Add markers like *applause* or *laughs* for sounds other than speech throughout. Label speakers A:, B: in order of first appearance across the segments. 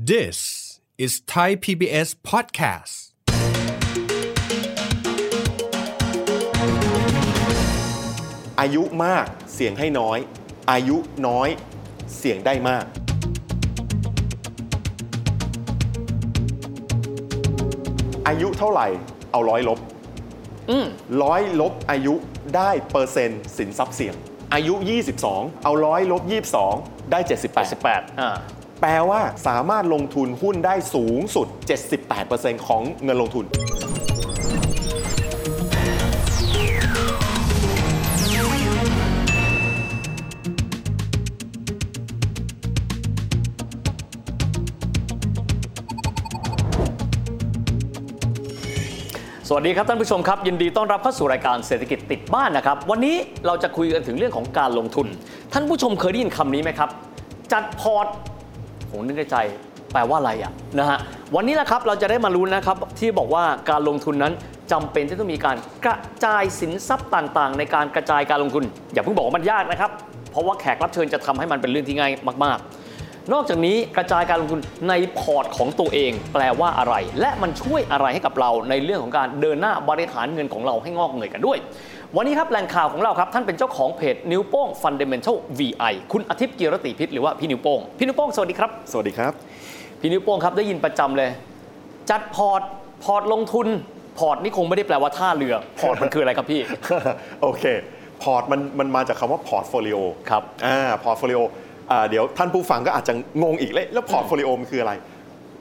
A: This is Thai PBS podcast.
B: อายุมากเสียงให้น้อย อายุน้อยเสียงได้มาก อายุเท่าไหร่เอาร้อยลบร้อยลบอายุได้เปอร์เซ็นต์สินทรัพย์เสี่ยง อายุ 22 เอาร้อยลบ 22 ได้ 78
C: 88อ่า
B: แปลว่าสามารถลงทุนหุ้นได้สูงสุด 78%ของเงินลงทุน
C: สวัสดีครับท่านผู้ชมครับยินดีต้อนรับเข้าสู่รายการเศรษฐกิจติดบ้านนะครับ วันนี้เราจะคุยกันถึงเรื่องของการลงทุน ท่านผู้ชมเคยได้ยินคำนี้ไหมครับ จัดพอร์ต ผมนึกในใจแปลว่าอะไรอะนะฮะวันนี้นะครับเราจะได้มารู้นะครับที่บอกว่าการลงทุนนั้นจำเป็นที่ต้องมีการกระจายสินทรัพย์ต่างๆ ในการกระจายการลงทุน อย่าเพิ่งบอกว่ามันยากนะครับ เพราะว่าแขกรับเชิญจะทำให้มันเป็นเรื่องที่ง่ายมากๆ นอกจากนี้กระจายการลงทุนในพอร์ตของตัวเอง แปลว่าอะไร และมันช่วยอะไรให้กับเราในเรื่องของการเดินหน้าบริหารเงินของเราให้งอกเงยกันด้วย วันนี้ครับแหล่งข่าวของเราครับท่านเป็นเจ้าของเพจนิ้วโป้ง Fundamental VI คุณอาทิตย์กีรติพิษหรือว่าพี่นิ้วโป้งพี่นิ้วโป้งสวัสดีครับ
B: สวัสดีครับ
C: พี่นิ้วโป้งครับได้ยินประจำเลย จัดพอร์ตพอร์ตลงทุน พอร์ตนี่คงไม่ได้แปลว่าท่าเรือ พอร์ตมันคืออะไรครับพี่
B: *laughs* โอเค พอร์ตมันมันมาจากคำว่าพอร์ตโฟลิโอ
C: ครับ
B: อ่าพอร์ตโฟลิโออ่าเดี๋ยวท่านผู้ฟังก็อาจจะงงอีกเลยแล้วพอร์ตโฟลิโอมันคืออะไร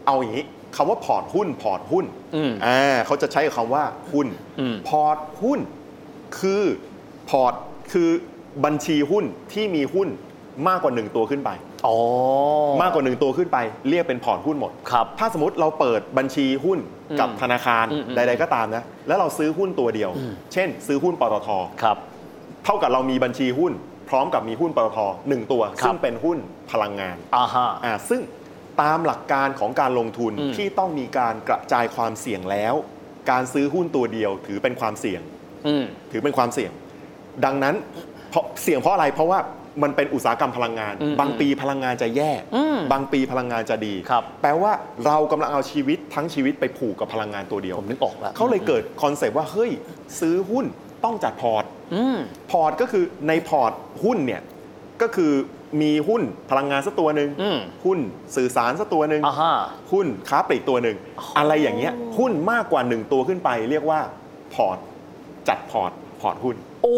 B: เอาอย่างนี้คำว่าพอร์ตหุ้นพอร์ตหุ้น
C: อืม
B: อ่าเขาจะใช้กับคำว่าหุ้น
C: อืม
B: พอร์ตหุ้นคือพอร์ตคือบัญชีหุ้นที่มีหุ้นมากกว่าหนึ่งตัวขึ้นไป
C: อ๋อ
B: มากกว่าหนึ่งตัวขึ้นไป เรียกเป็นพอร์ตหุ้นหมด
C: ครับ
B: ถ้าสมมติเราเปิดบัญชีหุ้นกับ
C: อืม
B: ธนาคาร
C: อืมอืม
B: ใด ๆก็ตามนะ แล้วเราซื้อหุ้นตัวเดียว เช่น ซื้อหุ้นปตท
C: ครับ
B: เท่ากับเรามีบัญชีหุ้น พร้อมกับมีหุ้นปตทหนึ่งตัว
C: ครับ
B: ซึ่งเป็นหุ้นพลังงาน
C: อ่าฮะ
B: อ่าซึ่งตามหลักการของการลงทุน
C: อืม
B: ที่ต้องมีการกระจายความเสี่ยงแล้ว การซื้อหุ้นตัวเดียวถือเป็นความเสี่ยง
C: อืม
B: ถือเป็นความเสี่ยง ดังนั้นเพราะเสี่ยงเพราะอะไร เพราะว่ามันเป็นอุตสาหกรรมพลังงาน
C: อืม
B: บางปีพลังงานจะแย่
C: อืม
B: บางปีพลังงานจะดี
C: ครับ
B: แปลว่าเรากำลังเอาชีวิตทั้งชีวิตไปผูกกับพลังงานตัวเดียว
C: ผมนึกออกแล้ว
B: เขาเลยเกิดคอนเซปต์ว่า เฮ้ย ซื้อหุ้นต้องจัดพอร์ต
C: อืม
B: พอร์ตก็คือในพอร์ตหุ้นเนี่ยก็คือมีหุ้นพลังงานสักตัวหนึ่ง
C: อืม
B: หุ้นสื่อสารสักตัวหนึ่ง
C: อ่าฮะ
B: หุ้นค้าปลีกตัวหนึ่ง
C: อ๋ออ
B: อะไรอย่างเงี้ยหุ้นมากกว่าหนึ่งตัวขึ้นไป เรียกว่าพอร์ตจัดพอร์ตพอร์ตหุ้น
C: โอ้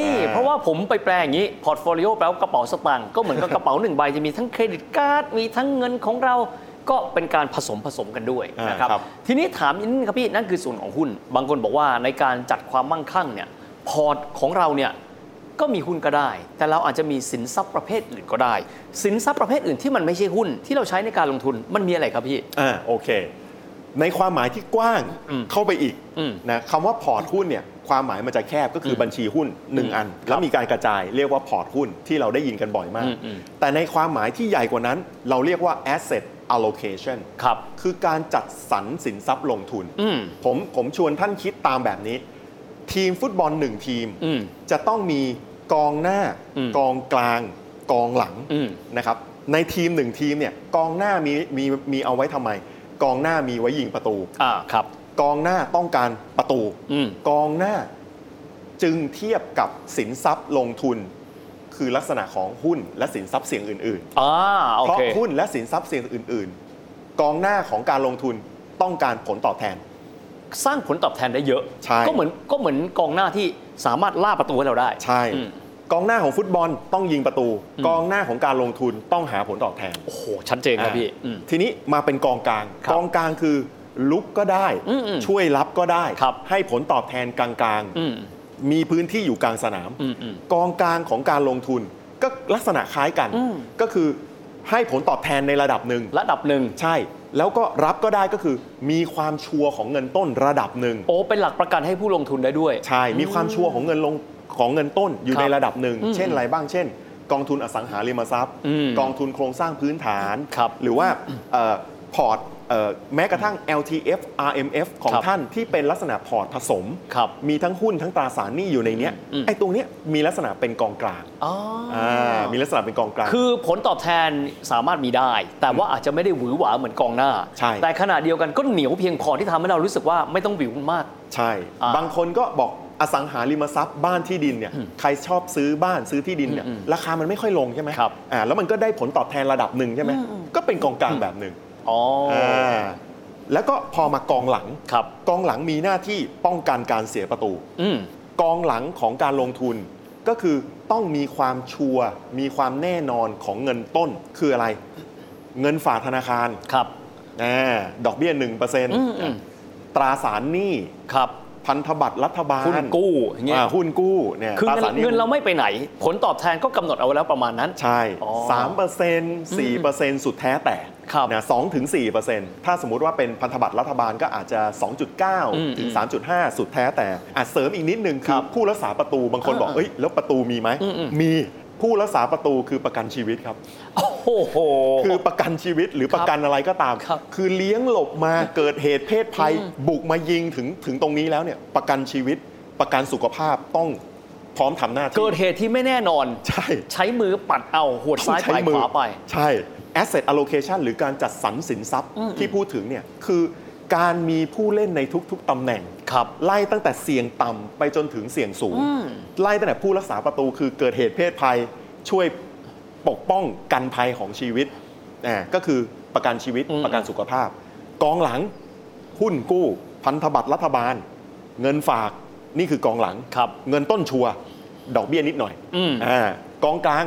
C: นี่
B: อ่า
C: เพราะว่าผมไปแปลอย่างนี้พอร์ตโฟลิโอแปลว่ากระเป๋าสตางค์ก็เหมือนกับกระเป๋าหนึ่งใบจะมีทั้งเครดิตการ์ดมีทั้งเงินของเราก็เป็นการผสมผสมกันด้วยนะครับ
B: อ่าครับ
C: ทีนี้ถามนิดนึงครับพี่นั่นคือส่วนของหุ้น บางคนบอกว่าในการจัดความมั่งคั่งเนี่ยพอร์ตของเราเนี่ยก็มีหุ้นก็ได้ แต่เราอาจจะมีสินทรัพย์ประเภทอื่นก็ได้ สินทรัพย์ประเภทอื่นที่มันไม่ใช่หุ้นที่เราใช้ในการลงทุนมันมีอะไรครับพี่
B: อ่าโอเค ในความหมายที่กว้าง
C: อืม
B: เข้าไปอีก
C: อืม
B: นะคำว่าพอร์ตหุ้นเนี่ยความหมายมันจะแคบก็คืออ
C: ม
B: บัญชีหุ้นหนึ่ง
C: อืม
B: อัน แล้วมีการกระจายเรียกว่าพอร์ตหุ้นที่เราได้ยินกันบ่อยมาก
C: อืมอืม
B: แต่ในความหมายที่ใหญ่กว่านั้น เราเรียกว่า asset allocation
C: ครับ
B: คือการจัดสรรสินทรัพย์ลงทุน
C: อืม
B: ผมผมชวนท่านคิดตามแบบนี้ ทีมฟุตบอลหนึ่งทีม
C: อืม
B: จะต้องมีกองหน้า
C: อืม
B: กองกลาง กองหลัง
C: อืม
B: นะครับในทีมหนึ่งทีมเนี่ยกองหน้ามีมีมีเอาไว้ทำไม กองหน้ามีไว้ยิงประตู
C: อ่าครับ
B: กองหน้าต้องการประตู
C: อืม
B: กองหน้าจึงเทียบกับสินทรัพย์ลงทุน คือลักษณะของหุ้นและสินทรัพย์เสี่ยงอื่น
C: อ่า
B: ๆ
C: โอ
B: เพราะ
C: เค
B: หุ้นและสินทรัพย์เสี่ยงอื่น ๆ กองหน้าของการลงทุนต้องการผลตอบแทน
C: สร้างผลตอบแทนได้เยอะ
B: ใช่
C: ก็เหมือนก็เหมือนกองหน้าที่สามารถล่าประตูให้เราได้
B: ใช่
C: อืม
B: กองหน้าของฟุตบอลต้องยิงประตู กองหน้าของการลงทุนต้องหาผลตอบแทน
C: โอ้โห ชัดเจนครับพี่อืม
B: ทีนี้มาเป็นกองกลาง
C: ครับ
B: กองกลางคือลุกก็ได้
C: อืมอืม
B: ช่วยรับก็ได้
C: ครับ
B: ให้ผลตอบแทนกลาง
C: อืม
B: ๆ มีพื้นที่อยู่กลางสนาม
C: อืมอืม
B: กองกลางของการลงทุน ก็ลักษณะคล้ายกัน
C: อืม
B: ก็คือให้ผลตอบแทนในระดับหนึ่ง
C: ระดับหนึ่ง
B: ใช่ แล้วก็รับก็ได้ก็คือ มีความชัวร์ของเงินต้นระดับหนึ่ง
C: โอ้เป็นหลักประกันให้ผู้ลงทุนได้ด้วย
B: ใช่ มีความชัวร์ของเงินลงของเงินต้นอยู่
C: ครับ
B: ในระดับหนึ่ง
C: อืม
B: เช่นอะไรบ้าง เช่น กองทุนอสังหาริมทรัพย์
C: อืม
B: กองทุนโครงสร้างพื้นฐาน
C: ครับ
B: หรือว่าเอ่อพ พอร์ตเอ่อแม้กระทั่ง LTF RMF ของ
C: ครับ
B: ท่านที่เป็นลักษณะพอร์ตผสม
C: ครับ
B: มีทั้งหุ้นทั้งตราสารหนี้อยู่ในเนี้ย
C: อืม
B: ไอ้ตรงเนี้ยมีลักษณะเป็นกองกลาง
C: อ๋ออ
B: ่ามีลักษณะเป็นกองกลาง
C: คือผลตอบแทนสามารถมีได้ แต่ว่าอาจจะไม่ได้หวือหวาเหมือนกองหน้า
B: ใช่
C: แต่ขณะเดียวกันก็เหนียวเพียงพอที่ทำให้เรารู้สึกว่าไม่ต้องหวิวมาก
B: ใช่
C: อ่า
B: บางคนก็บอกอสังหาริมทรัพย์บ้านที่ดินเนี่ยใครชอบซื้อบ้านซื้อที่ดินเนี่ยราคามันไม่ค่อยลงใช่ไหม
C: ครับ
B: อ่าแล้วมันก็ได้ผลตอบแทนระดับหนึ่งใช่ไหมก็เป็นกองกลางแบบหนึ่ง
C: อ๋ออ่ า
B: าแล้วก็พอมากองหลัง
C: ครับ
B: กองหลังมีหน้าที่ป้องกันการเสียประตู
C: อืม
B: กองหลังของการลงทุน ก็คือต้องมีความชัวร์มีความแน่นอนของเงินต้นคืออะไร เงินฝากธนาคาร
C: ครับ
B: อ่าดอกเบี้ยหนึ่งเปอร์เซ็นต์
C: อืมอืม
B: ตราสารหนี้
C: ครับ
B: พันธบัตรรัฐบาล
C: หุ้นกู้อย่างเงี้ย
B: อ่าหุ้นกู้เนี่ย
C: คือ
B: ตรา
C: เงิน
B: สารห
C: เงินเราไม่ไปไหน ผลตอบแทนก็กำหนดเอาไว้แล้วประมาณนั้น
B: ใช่
C: อ๋อ
B: สามเปอร์เซ็นต์สี่เปอร์เซ็นต์สุดแท้แต่
C: ครับ
B: นะสองถึงสี่เปอร์เซ็นต์ถ้าสมมติว่าเป็นพันธบัตรรัฐบาลก็อาจจะสองจุดเก้า
C: อืม
B: ถึงสามจุดห้าสุดแท้แต่อาจเสริมอีกนิดนึงคือผู้รักษาประตูบางคนบอก
C: อ่า
B: เอ้ยแล้วประตูมีไหม
C: อืมอืม
B: มีผู้รักษาประตูคือประกันชีวิตครับ
C: โอ้โห
B: คือประกันชีวิตหรือประกันอะไรก็ตาม
C: ครับ
B: อเลี้ยงหลบมาเกิดเหตุเพศภัย บุกมายิงถึงถึงตรงนี้แล้วเนี่ยประกันชีวิตประกันสุขภาพต้องพร้อมทำหน้าที่
C: เกิดเหตุที่ไม่แน่นอน
B: ใช่
C: ใช้มือปัดเอาหัวด
B: ต้อง
C: ซ้ายไปขวาไป
B: ใช่ asset allocation หรือการจัดสรรสินทรัพย์
C: อืม
B: ที่พูดถึงเนี่ยคือการมีผู้เล่นในทุกๆตำแหน่ง
C: ครับ
B: ไล่ตั้งแต่เสี่ยงต่ำไปจนถึงเสี่ยงสูง
C: อืม
B: ไล่ตั้งแต่ผู้รักษาประตูคือเกิดเหตุเพศภัย ช่วยปกป้องกันภัยของชีวิตอ่าก็คือประกันชีวิต
C: อืม
B: ประกันสุขภาพ กองหลัง หุ้นกู้ พันธบัตรรัฐบาล เงินฝากนี่คือกองหลัง
C: ครับ
B: เงินต้นชัวร์ดอกเบี้ยนิดหน่อย
C: อืม
B: อ่ากองกลาง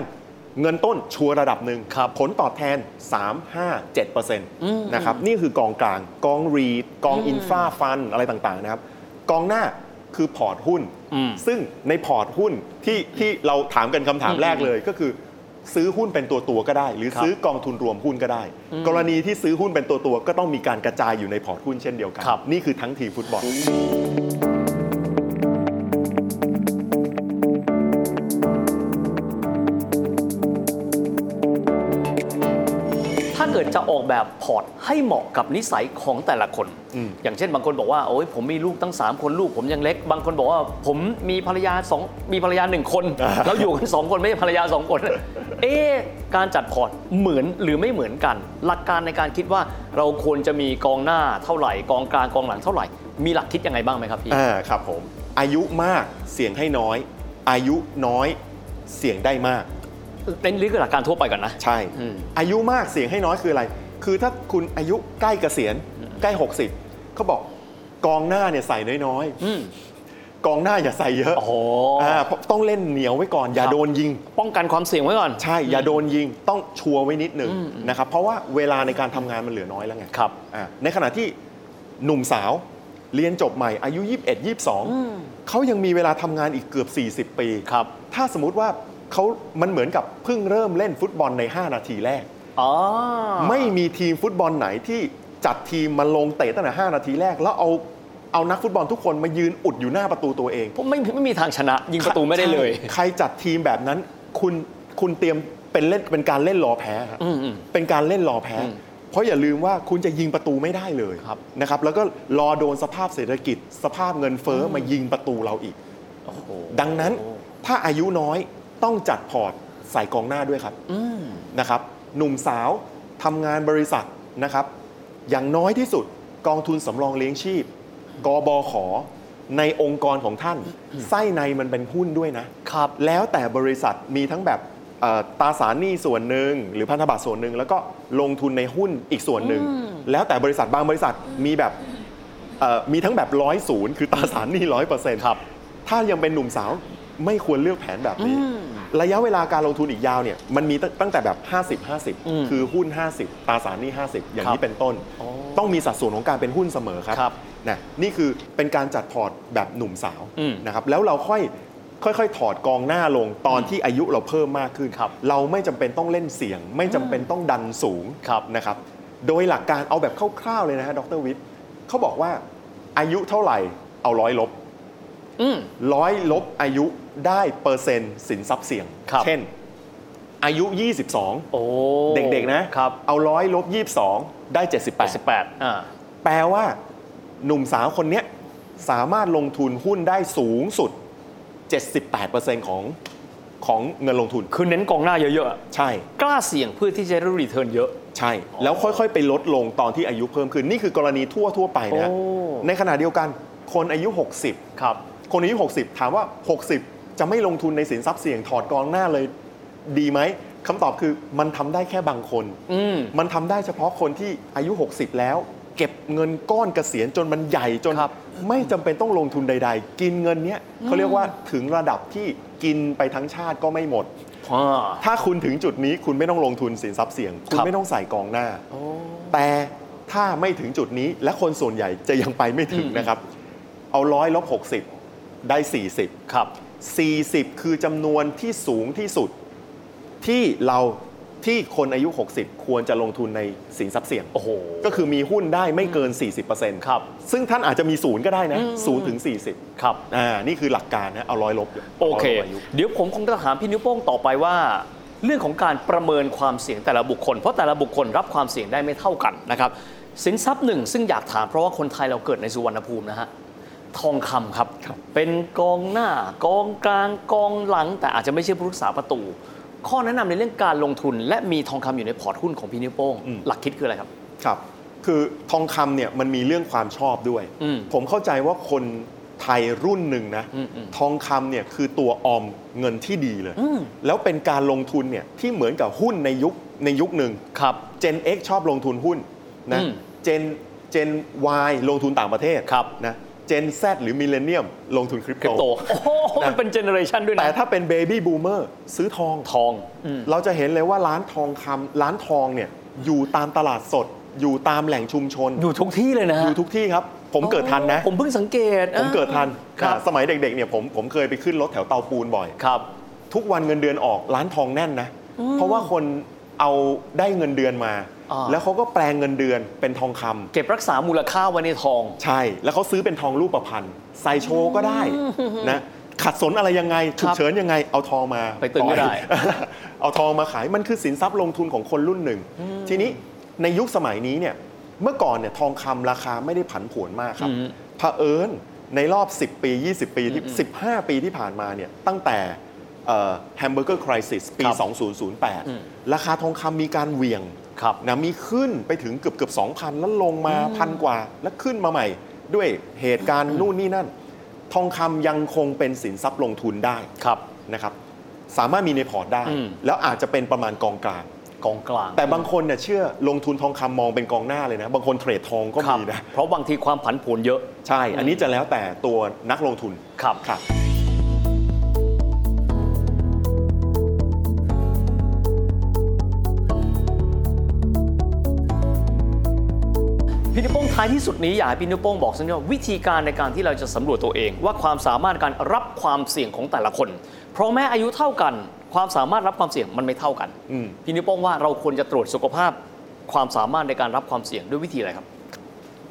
B: เงินต้นชัวร์ระดับหนึ่ง
C: ครับ
B: ผลตอบแทน 3 5 7
C: ม
B: นะครับนี่คือกองกลางกองรีดกองอินฟราฟันอะไรต่างๆนะครับกองหน้าคือพอร์ตหุ้น
C: อืม
B: ซึ่งในพอร์ตหุ้นที่ที่เราถามกันคำถามแรกเลยก็คือ ซื้อหุ้นเป็นตัวตัวๆก็ได้ หรือ
C: ครับ
B: ซื้อกองทุนรวมหุ้นก็ได้ กรณีที่ซื้อหุ้นเป็นตัวตัวๆก็ต้องมีการกระจายอยู่ในพอร์ตหุ้นเช่นเดียวกันนี่คือทั้งทีมฟุตบอล
C: ถ้าเกิดจะออกแบบพอร์ตให้เหมาะกับนิสัยของแต่ละคน
B: อืม
C: อย่างเช่นบางคนบอกว่าโอ้ยผมมีลูกตั้ง 3 คนลูกผมยังเล็ก บางคนบอกว่าผมมีภรรยาสองมีภรรยาหนึ่งคน
B: อ่า
C: แล้วอยู่กัน 2 คนไม่ใช่ภรรยา 2 คน *laughs* เอ๊ะการจัดพอร์ตเหมือนหรือไม่เหมือนกัน หลักการในการคิดว่าเราควรจะมีกองหน้าเท่าไหร่ กองกลางกองหลังเท่าไหร่ มีหลักคิดยังไงบ้างไหมครับพี่
B: อ่าครับผม อายุมากเสี่ยงให้น้อย อายุน้อยเสี่ยงได้มาก
C: เน้นเรื่องหลักการทั่วไปก่อนนะ
B: ใช่
C: อืม
B: อายุมากเสี่ยงให้น้อยคืออะไร คือถ้าคุณอายุใกล้เกษียณใกล้ 60เขาบอกกองหน้าเนี่ยใส่น้อย
C: อืม
B: ๆกองหน้าอย่าใส่เยอะ
C: โอ้โห
B: าเพราะต้องเล่นเหนียวไว้ก่อน อย่า
C: ครับ
B: โดนยิง
C: ป้องกันความเสี่ยงไว้ก่อน
B: ใช่อย่าโดนยิงต้องชัวร์ไว้นิดหนึ่งนะครับเพราะว่าเวลาในการทำงานมันเหลือน้อยแล้วไง
C: ครับ
B: อ่าในขณะที่หนุ่มสาวเรียนจบใหม่อายุ 21 22เขายังมีเวลาทำงานอีกเกือบ 40 ปี
C: ครับ
B: ถ้าสมมุติว่าเขามันเหมือนกับเพิ่งเริ่มเล่นฟุตบอลใน 5 นาทีแรก
C: อ๋อ
B: ไม่มีทีมฟุตบอลไหนที่จัดทีมมาลงเตะตั้งแต่ 5 นาทีแรก แล้วเอาเอานักฟุตบอลทุกคนมายืนอุดอยู่หน้าประตูตัวเอง
C: ผมไม่ไม่มีทางชนะ ยิงประตูไม่ได้เลย
B: ใช่ใครจัดทีมแบบนั้นคุณคุณเตรียมเป็นเล่นเป็นการเล่นรอแพ้ฮะ
C: อืมอืม
B: เป็นการเล่นรอแพ้
C: อืม
B: เพราะอย่าลืมว่าคุณจะยิงประตูไม่ได้เลย
C: ครับ
B: นะครับแล้วก็รอโดนสภาพเศรษฐกิจ สภาพเงินเฟ้อมายิงประตูเราอีก
C: โอ้โห
B: ดังนั้นถ้าอายุน้อยต้องจัดพอร์ตใส่กองหน้าด้วยครับนะครับหนุ่มสาวทำงานบริษัทนะครับ อย่างน้อยที่สุดกองทุนสำรองเลี้ยงชีพ กบขในองค์กรของท่าน ไส้ในมันเป็นหุ้นด้วยนะครับ แล้วแต่บริษัทมีทั้งแบบเอ่อตราสารหนี้ส่วนหนึ่งหรือพันธบัตรส่วนหนึ่งแล้วก็ลงทุนในหุ้นอีกส่วนหนึ่งแล้วแต่บริษัทบางบริษัทมีแบบ เอ่อมีทั้งแบบร้อยศูนย์คือตราสารหนี้ร้อยเปอร์เซ็นต์
C: ครับ
B: ถ้ายังเป็นหนุ่มสาวไม่ควรเลือกแผนแบบนี้ ระยะเวลาการลงทุนอีกยาวเนี่ยมันมีตั้งตั้งแต่แบบ 50
C: อืม
B: 50 คือหุ้น 50 ตราสารหนี้50 อย่าง
C: ครั
B: นี้
C: บ
B: เป็นต้น
C: อ๋อ
B: ต้องมีสัดส่วนของการเป็นหุ้นเสมอครับ
C: ครับ
B: นะนี่คือเป็นการจัดพอร์ตแบบหนุ่มสาว
C: อืม
B: นะครับแล้วเราค่อยค่อยๆ ถอดกองหน้าลงตอนที่อายุเราเพิ่มมากขึ้น
C: ครับ
B: เราไม่จำเป็นต้องเล่นเสียง ไม่จำเป็นต้องดันสูง
C: ครับ
B: นะครับ โดยหลักการเอาแบบคร่าวๆเลยนะฮะ ดรวิทย์เขาบอกว่าอายุเท่าไหร่เอาร้อยลบ
C: อืม
B: ร้อยลบอายุได้เปอร์เซ็นต์สินทรัพย์เสี่ยง
C: ครับ
B: เช่น อายุ 22
C: โอ้
B: เด็กๆนะครับ เอาร้อยลบ22 ได้ 78
C: 88อ่า
B: แปลว่า หนุ่มสาวคนเนี้ยสามารถลงทุนหุ้นได้สูงสุด 78%ของของเงินลงทุน
C: คือเน้นกองหน้าเยอะๆอะ
B: ใช่
C: กล้าเสี่ยงเพื่อที่จะได้รีเทิร์นเยอะ
B: ใช่ แล้วค่อยๆ ไปลดลงตอนที่อายุเพิ่มขึ้น นี่คือกรณีทั่วทั่วๆไปนะฮะ
C: โอ้
B: ในขณะเดียวกัน คนอายุ
C: ครับ
B: 60 คนอายุ 60 ถามว่า 60 จะไม่ลงทุนในสินทรัพย์เสี่ยงถอดกองหน้าเลยดีไหมคำตอบคือมันทำได้แค่บางคน
C: อืม
B: มันทำได้เฉพาะคนที่อายุ 60 แล้ว เก็บเงินก้อนเกษียณจนมันใหญ่จน
C: ครับ
B: ไม่จำเป็นต้องลงทุนใด ๆ กินเงินเนี้ยเขาเรียกว่าถึงระดับที่กินไปทั้งชาติก็ไม่หมด
C: อ่า
B: ถ้าคุณถึงจุดนี้คุณไม่ต้องลงทุนสินทรัพย์เสี่ยง คุ
C: ค
B: ณ
C: รับ
B: ไม่ต้องใส่กองหน้า แต่ถ้าไม่ถึงจุดนี้และคนส่วนใหญ่จะยังไปไม่ถึงนะครับ เอาร้อยลบหกสิบได้ 40
C: ครับ
B: 40 คือจำนวนที่สูงที่สุด ที่เราที่คนอายุ 60 ควรจะลงทุนในสินทรัพย์เสี่ยง
C: โอ้โห
B: ก็คือมีหุ้นได้ไม่เกิน 40%
C: ครับ
B: ซึ่งท่านอาจจะมีศูนย์ก็ได้นะศูนย์ถึง40
C: ครับ
B: อ่านี่คือหลักการนะเอาร้อยลบดี๋ยว
C: โอเค
B: าลบายุ
C: เดี๋ยวผมคงจะถามพี่นิ้วโป้งต่อไปว่า เรื่องของการประเมินความเสี่ยงแต่ละบุคคล เพราะแต่ละบุคคลรับความเสี่ยงได้ไม่เท่ากันนะครับสินทรัพย์หนึ่งซึ่งอยากถามเพราะว่าคนไทยเราเกิดในสุวรรณภูมินะฮะทองคำครับ เป็นกองหน้ากองกลางกองหลัง แต่อาจจะไม่ใช่ผู้รักษาประตู ข้อแนะนำในเรื่องการลงทุน และมีทองคำอยู่ในพอร์ตหุ้นของพี่นิ้วโป้ง
B: อืม
C: หลักคิดคืออะไรครับ
B: ครับ คือทองคำเนี่ยมันมีเรื่องความชอบด้วย
C: อืม
B: ผมเข้าใจว่าคนไทยรุ่นหนึ่งนะ
C: อืมอืม
B: ทองคำเนี่ยคือตัวออมเงินที่ดีเลย
C: อืม
B: แล้วเป็นการลงทุนเนี่ยที่เหมือนกับหุ้นในยุคในยุคหนึ่ง
C: ครับ
B: Gen X ชอบลงทุนหุ้นนะ
C: อืม
B: Gen Gen Y ลงทุนต่างประเทศ
C: ครับ
B: นะ Gen Z หรือมิเลเนียมลงทุนคริป
C: คริป
B: โต
C: โตโอ้โหมันเป็นเจเนอเรชันด้วยนะ
B: แต่ถ้าเป็นเบบี้บูมเมอร์ซื้อทอง
C: ทองอืม
B: เราจะเห็นเลยว่าร้านทองคำร้านทองเนี่ยอยู่ตามตลาดสด อยู่ตามแหล่งชุมชน
C: อยู่ทุกที่เลยนะฮะ
B: อยู่ทุกที่ครับ ผมเกิดทันนะ
C: ผมเพิ่งสังเกต
B: ผมเกิดทัน
C: ครับ
B: อ่าสมัยเด็กๆเนี่ยผมผมเคยไปขึ้นรถแถวเตาปูนบ่อย
C: ครับ
B: ทุกวันเงินเดือนออกร้านทองแน่นนะ เพราะว่าคนเอาได้เงินเดือนมา
C: อ่า
B: แล้วเขาก็แปลงเงินเดือนเป็นทองคำ
C: เก็บรักษามูลค่าไว้ในทอง
B: ใช่ แล้วเขาซื้อเป็นทองรูปประพันธ์ใส่โชว์ก็ได้นะขัดสนอะไรยังไงฉุกเฉินยังไงเอาทองมา
C: ไปตึงก็
B: ปล่
C: ได้
B: อย *laughs* เอาทองมาขายมันคือสินทรัพย์ลงทุนของคนรุ่นหนึ่ง ทีนี้ในยุคสมัยนี้เนี่ยเมื่อก่อนเนี่ยทองคำราคาไม่ได้ผันผวนมากครับ
C: อืม
B: เผอิญในรอบ 10 ปี 20 ปีที่15 ปีที่ผ่านมาเนี่ยตั้งแต่แฮมเบอร์เกอร์คริสปี 2008 ราคาทองคำมีการเหวี่ยง
C: ครับ
B: นะมีขึ้นไปถึงเกือบเกือบ2,000 แล้วลงมาพันกว่า แล้วขึ้นมาใหม่ ด้วยเหตุการณ์นู่นนี่นั่น ทองคำยังคงเป็นสินทรัพย์ลงทุนได้
C: ครับ
B: นะครับสามารถมีในพอร์ตได้
C: อืม
B: แล้วอาจจะเป็นประมาณกองกลาง
C: กองกลาง
B: แต่บางคนเนี่ยเชื่อลงทุนทองคำมองเป็นกองหน้าเลยนะ บางคนเทรดทองก็
C: ครับ
B: มีนะ
C: เพราะบางทีความผันผวนเยอะ
B: ใช่ อันนี้จะแล้วแต่ตัวนักลงทุน
C: ครับ
B: ครับ
C: พี่นิวโป้งท้ายที่สุดนี้อยากให้พี่นิวโป้งบอกสักนิดว่าวิธีการในการที่เราจะสำรวจตัวเอง ว่าความสามารถการรับความเสี่ยงของแต่ละคน เพราะแม้อายุเท่ากัน ความสามารถรับความเสี่ยงมันไม่เท่ากัน
B: อืม
C: พี่นิวโป้งว่าเราควรจะตรวจสุขภาพ ความสามารถในการรับความเสี่ยงด้วยวิธีอะไรครับ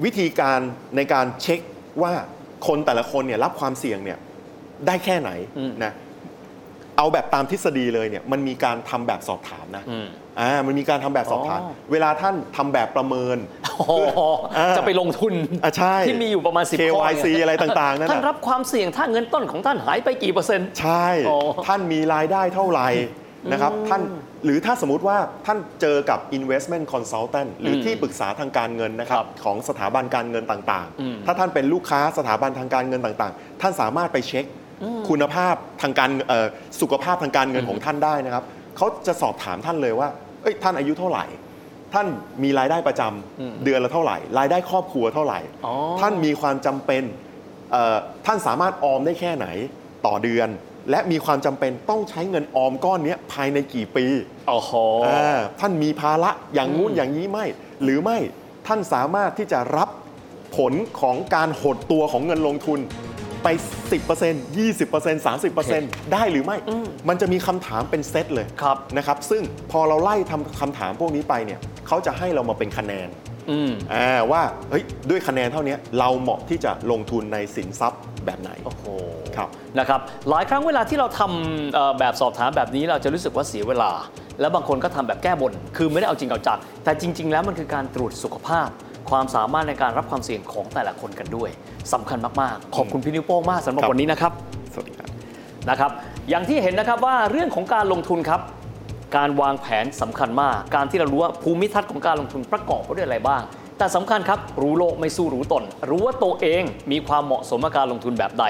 B: วิธีการในการเช็คว่าคนแต่ละคนเนี่ยรับความเสี่ยงเนี่ยได้แค่ไหน
C: อืม
B: นะเอาแบบตามทฤษฎีเลยเนี่ยมันมีการทำแบบสอบถามนะ
C: อืม
B: อ่ามันมีการทำแบบสอบถาม
C: อ๋อ
B: เวลาท่านทำแบบประเมิน
C: อ๋อ
B: อ่า
C: จะไปลงทุน
B: อ่ะใช่
C: ที่มีอยู่ประมาณ 10 ข้อ
B: KYC
C: เนี่ย
B: อะไรต่างๆนั่น
C: ท่าน
B: น่ะ
C: รับความเสี่ยงถ้าเงินต้นของท่านหายไปกี่เปอร์เซ็นต์
B: ใช่
C: อ๋อ
B: ท่านมีรายได้เท่าไหร่นะครับท่านหรือถ้าสมมติว่าท่านเจอกับ investment consultant หรืออ
C: ม
B: ที่ปรึกษาทางการเงินนะครับ
C: ครับ
B: ของสถาบันการเงินต่าง
C: อืม
B: ๆ ถ้าท่านเป็นลูกค้าสถาบันทางการเงินต่างๆ ท่านสามารถไปเช็คคุณภาพทางการเอ่อสุขภาพทางการเงินของท่านได้นะครับเขาจะสอบถามท่านเลยว่าเอ้ยท่านอายุเท่าไหร่ ท่านมีรายได้ประจำ
C: อืม
B: เดือนละเท่าไหร่ รายได้ครอบครัวเท่าไหร่
C: อ๋อ
B: ท่านมีความจำเป็นเอ่อท่านสามารถออมได้แค่ไหนต่อเดือน และมีความจำเป็นต้องใช้เงินออมก้อนเนี้ยภายในกี่ปี
C: โอ้โห
B: าท่านมีภาระอย่างงู้นอย่างนี้ไหมหรือไม่ท่านสามารถที่จะรับผลของการหดตัวของเงินลงทุน ไป 10% 20% 30%ได้หรือไม่ มันจะมีคำถามเป็นเซตเลย
C: ครับ
B: นะครับ ซึ่งพอเราไล่ทำคำถามพวกนี้ไปเนี่ยเขาจะให้เรามาเป็นคะแนน
C: อืม
B: อ่าว่าเฮ้ยด้วยคะแนนเท่านี้เราเหมาะที่จะลงทุนในสินทรัพย์แบบไหน
C: โอ้โห
B: ครับ
C: นะครับหลายครั้งเวลาที่เราทำเอ่อแบบสอบถามแบบนี้เราจะรู้สึกว่าเสียเวลา แล้วบางคนก็ทำแบบแก้บน คือไม่ได้เอาจริงเอาจังแต่จริง ๆ แล้วมันคือการตรวจสุขภาพ ความสามารถในการรับความเสี่ยงของแต่ละคนกันด้วยสำคัญมาก ๆ ขอบคุณพี่นิ้วโป้งมากสำหรับวันนี้นะครับ
B: สวัสดีครับ
C: นะครับอย่างที่เห็นนะครับว่าเรื่องของการลงทุนครับ การวางแผนสำคัญมาก การที่เรารู้ว่าภูมิทัศน์ของการลงทุนประกอบไปด้วยอะไรบ้าง แต่สำคัญครับ รู้โลกไม่สู้รู้ตน รู้ว่าตัวเองมีความเหมาะสมกับการลงทุนแบบใด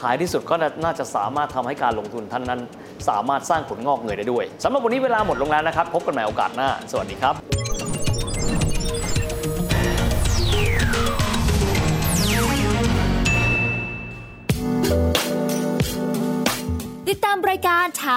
C: ท้ายที่สุดก็น่าน่าจะสามารถทำให้การลงทุนท่านนั้น สามารถสร้างผลงอกเงยได้ด้วยสำหรับวันนี้เวลาหมดลงแล้วนะครับ พบกันใหม่โอกาสหน้า สวัสดีครับ
D: ติดตามรายการทา